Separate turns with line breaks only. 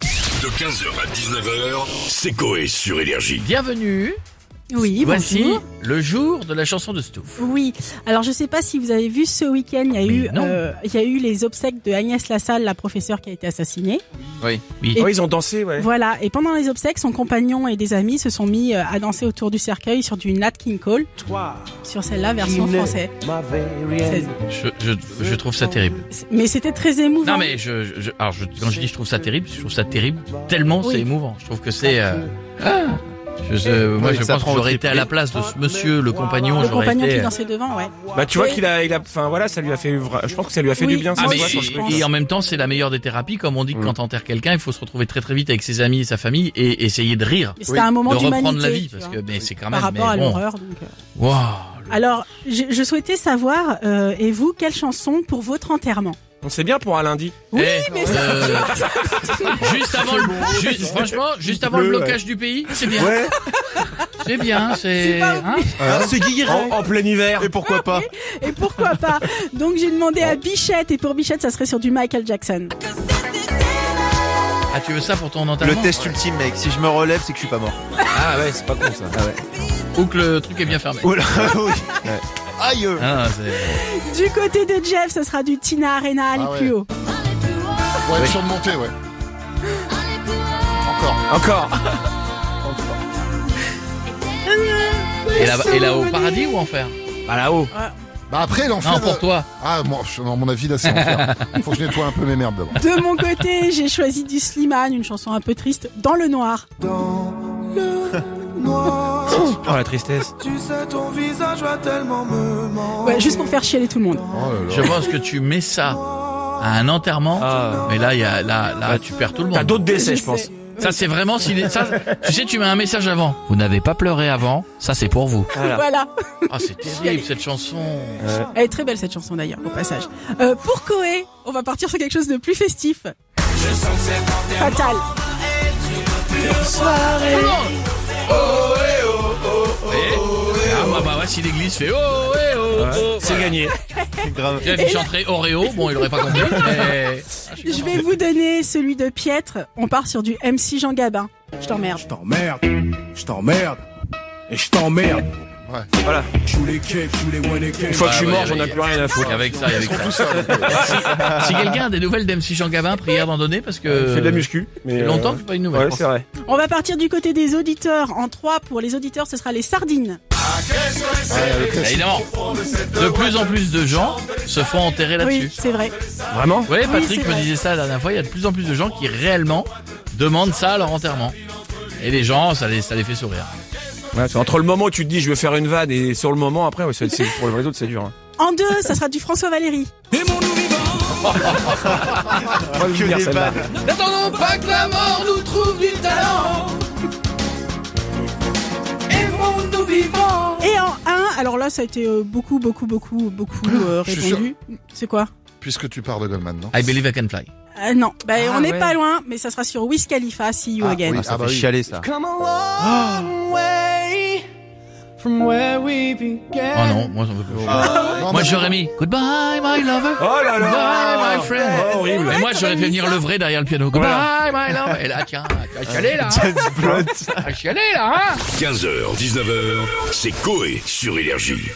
De 15h à 19h, c'est Coé sur Énergie.
Bienvenue.
Oui,
Voici
bonjour.
le jour de la chanson de Stouff.
Oui, alors je sais pas si vous avez vu ce week-end, il y a
Mais
eu,
non.
euh, il y a eu les obsèques de Agnès Lassalle, la professeure qui a été assassinée.
Oh, ils ont dansé, ouais.
Voilà, et pendant les obsèques, son compagnon et des amis se sont mis euh, à danser autour du cercueil sur du Nat King Cole,
Toi,
sur
Oh,
celle-là version
Nat.
française.
ma
C'est-
verrière.
Je, je, je trouve ça terrible.
Mais c'était très émouvant.
Non mais je, je- je- alors je- quand je dis je trouve ça terrible, je trouve ça terrible tellement
Oui.
c'est émouvant. Je trouve que c'est. euh, ah, je- je- moi
Oui,
je
ça
pense que
prend au
j'aurais
trip.
été à la place de ce monsieur, le compagnon.
Ah, le
j'aurais
compagnon
été,
qui
euh,
dansait devant, ouais.
Bah, tu vois
Oui.
qu'il a, il a, enfin voilà, ça lui a fait, vra- je pense que ça lui a fait
Oui.
du bien.
Ah,
ça,
Ah,
tu
mais,
vois,
c'est
sur
je
le
pense.
truc.
et, et en même temps, c'est la meilleure des thérapies, comme on dit
Mm.
que quand enterre quelqu'un, il faut se retrouver très très vite avec ses amis et sa famille et essayer de rire,
Mais C'était un
de
moment
reprendre
d'humanité
la vie,
tu
parce
vois,
que mais c'est quand
par
même.
rapport à
mais bon.
l'horreur. donc, euh.
Waouh, le-
Alors, je, je souhaitais savoir, euh, et vous, quelle chanson pour votre enterrement
On sait bien pour un lundi.
Oui,
Eh,
mais
euh, juste avant le, juste- franchement, juste avant le
Bleu,
blocage du pays, c'est bien.
Ouais.
C'est bien, c'est.
pas
hein
Ah, c'est Guy
En, en plein hiver.
Et pourquoi pas
Et pourquoi pas Donc j'ai demandé à Bichette, et pour Bichette, ça serait sur du Michael Jackson.
ah, tu veux ça pour ton enterrement
Le test ultime, mec. Si je me relève, c'est que je suis pas mort.
Ah ouais, c'est pas con ça.
Ou que le truc est bien fermé.
Oula, oui. Aïe.
Ah, c'est-
Du côté de Jeff, ça sera du Tina Arena, aller
Ah ouais.
plus haut.
Ouais, je suis remonté, ouais. Encore.
Encore.
et, là, et là au paradis ou enfer
Bah là-haut.
Bah après l'enfer.
Non, pour
euh,
toi.
Ah moi, je- non, à mon avis là c'est l'enfer. Faut que je nettoie un peu mes merdes d'abord.
De mon côté, j'ai choisi du Slimane, une chanson un peu triste, Dans le noir.
Oh la tristesse.
Ouais, juste pour faire chialer tout le monde.
Oh là
Je
là.
pense que tu mets ça à un enterrement,
Ah.
mais là, il y a, là, là, tu perds tout le
T'as
monde.
d'autres décès, je pense.
sais.
Ça, c'est vraiment si les- ça. Tu sais, tu mets un message avant. Vous n'avez pas pleuré avant. Ça, c'est pour vous.
Voilà.
Voilà.
Ah, c'est terrible cette chanson.
Elle est très belle cette chanson d'ailleurs, au passage. Euh, pour Koé, on va partir sur quelque chose de plus festif. Fatal.
Ah, bah, bah, ouais, si l'église fait oh, ouais, oh, oh.
C'est gagné.
Grave.
Jeff, il chanterait Oreo. Bon, il aurait pas compris. mais-
Je vais vous donner celui de Pietre. On part sur du MC Jean Gabin. Je t'emmerde.
Je t'emmerde, je t'emmerde, et je t'emmerde.
Ouais.
Voilà.
Joue les cakes, joue les one et
Une fois
Ah
que je suis
ouais,
mort,
ouais,
j'en ai
ouais.
plus rien à
Il y
foutre.
a Avec ça, il y a avec ça.
Tout ça.
Si quelqu'un a des nouvelles d'MC Jean Gabin, prière d'en donner parce que.
Fais de la muscu. Mais
fait Euh, longtemps
euh,
que j'ai pas une nouvelle.
Ouais, c'est vrai.
On va partir du côté des auditeurs. En trois, pour les auditeurs, ce sera les sardines.
Bah, évidemment, de plus en plus de gens se font enterrer
Oui,
là-dessus.
c'est vrai.
Vraiment
Vous voyez, Patrick
c'est
me
vrai.
disait ça la dernière fois, il y a de plus en plus de gens qui réellement demandent ça à leur enterrement. Et les gens, ça les, ça les fait sourire.
Ouais, c'est Entre le moment où tu te dis je vais faire une vanne et sur le moment après, ouais, c'est- c'est- pour les vrais autres c'est dur. hein.
En deux, ça sera du François Valéry.
Pas de
Que
dire
des
celle-là.
vannes.
N'attendons pas que la mort nous trouve du talent.
Et en un, alors là, ça a été euh, beaucoup, beaucoup, beaucoup, beaucoup euh,
Je suis
répondu. C'est quoi
Puisque tu pars de Goldman, non
I believe I can fly.
Euh, Non, bah,
Ah,
on n'est
ouais.
pas loin, mais ça sera sur Wiz Khalifa, See You
Ah,
Again.
oui.
Ah, ça
bah
fait
oui.
chialer, ça.
Oh non, moi j'en veux plus. Moi
Non, mais-
j'aurais mis Goodbye my lover.
Oh là
Goodbye my
là
friend.
Oh, Horrible.
Mais moi j'aurais fait venir le vrai derrière le piano. Goodbye my lover. Et là tiens, t'as chialé
Ah.
là. hein.
James Blunt.
T'as chialé là. hein.
15h, 19h, c'est Coé sur Énergie.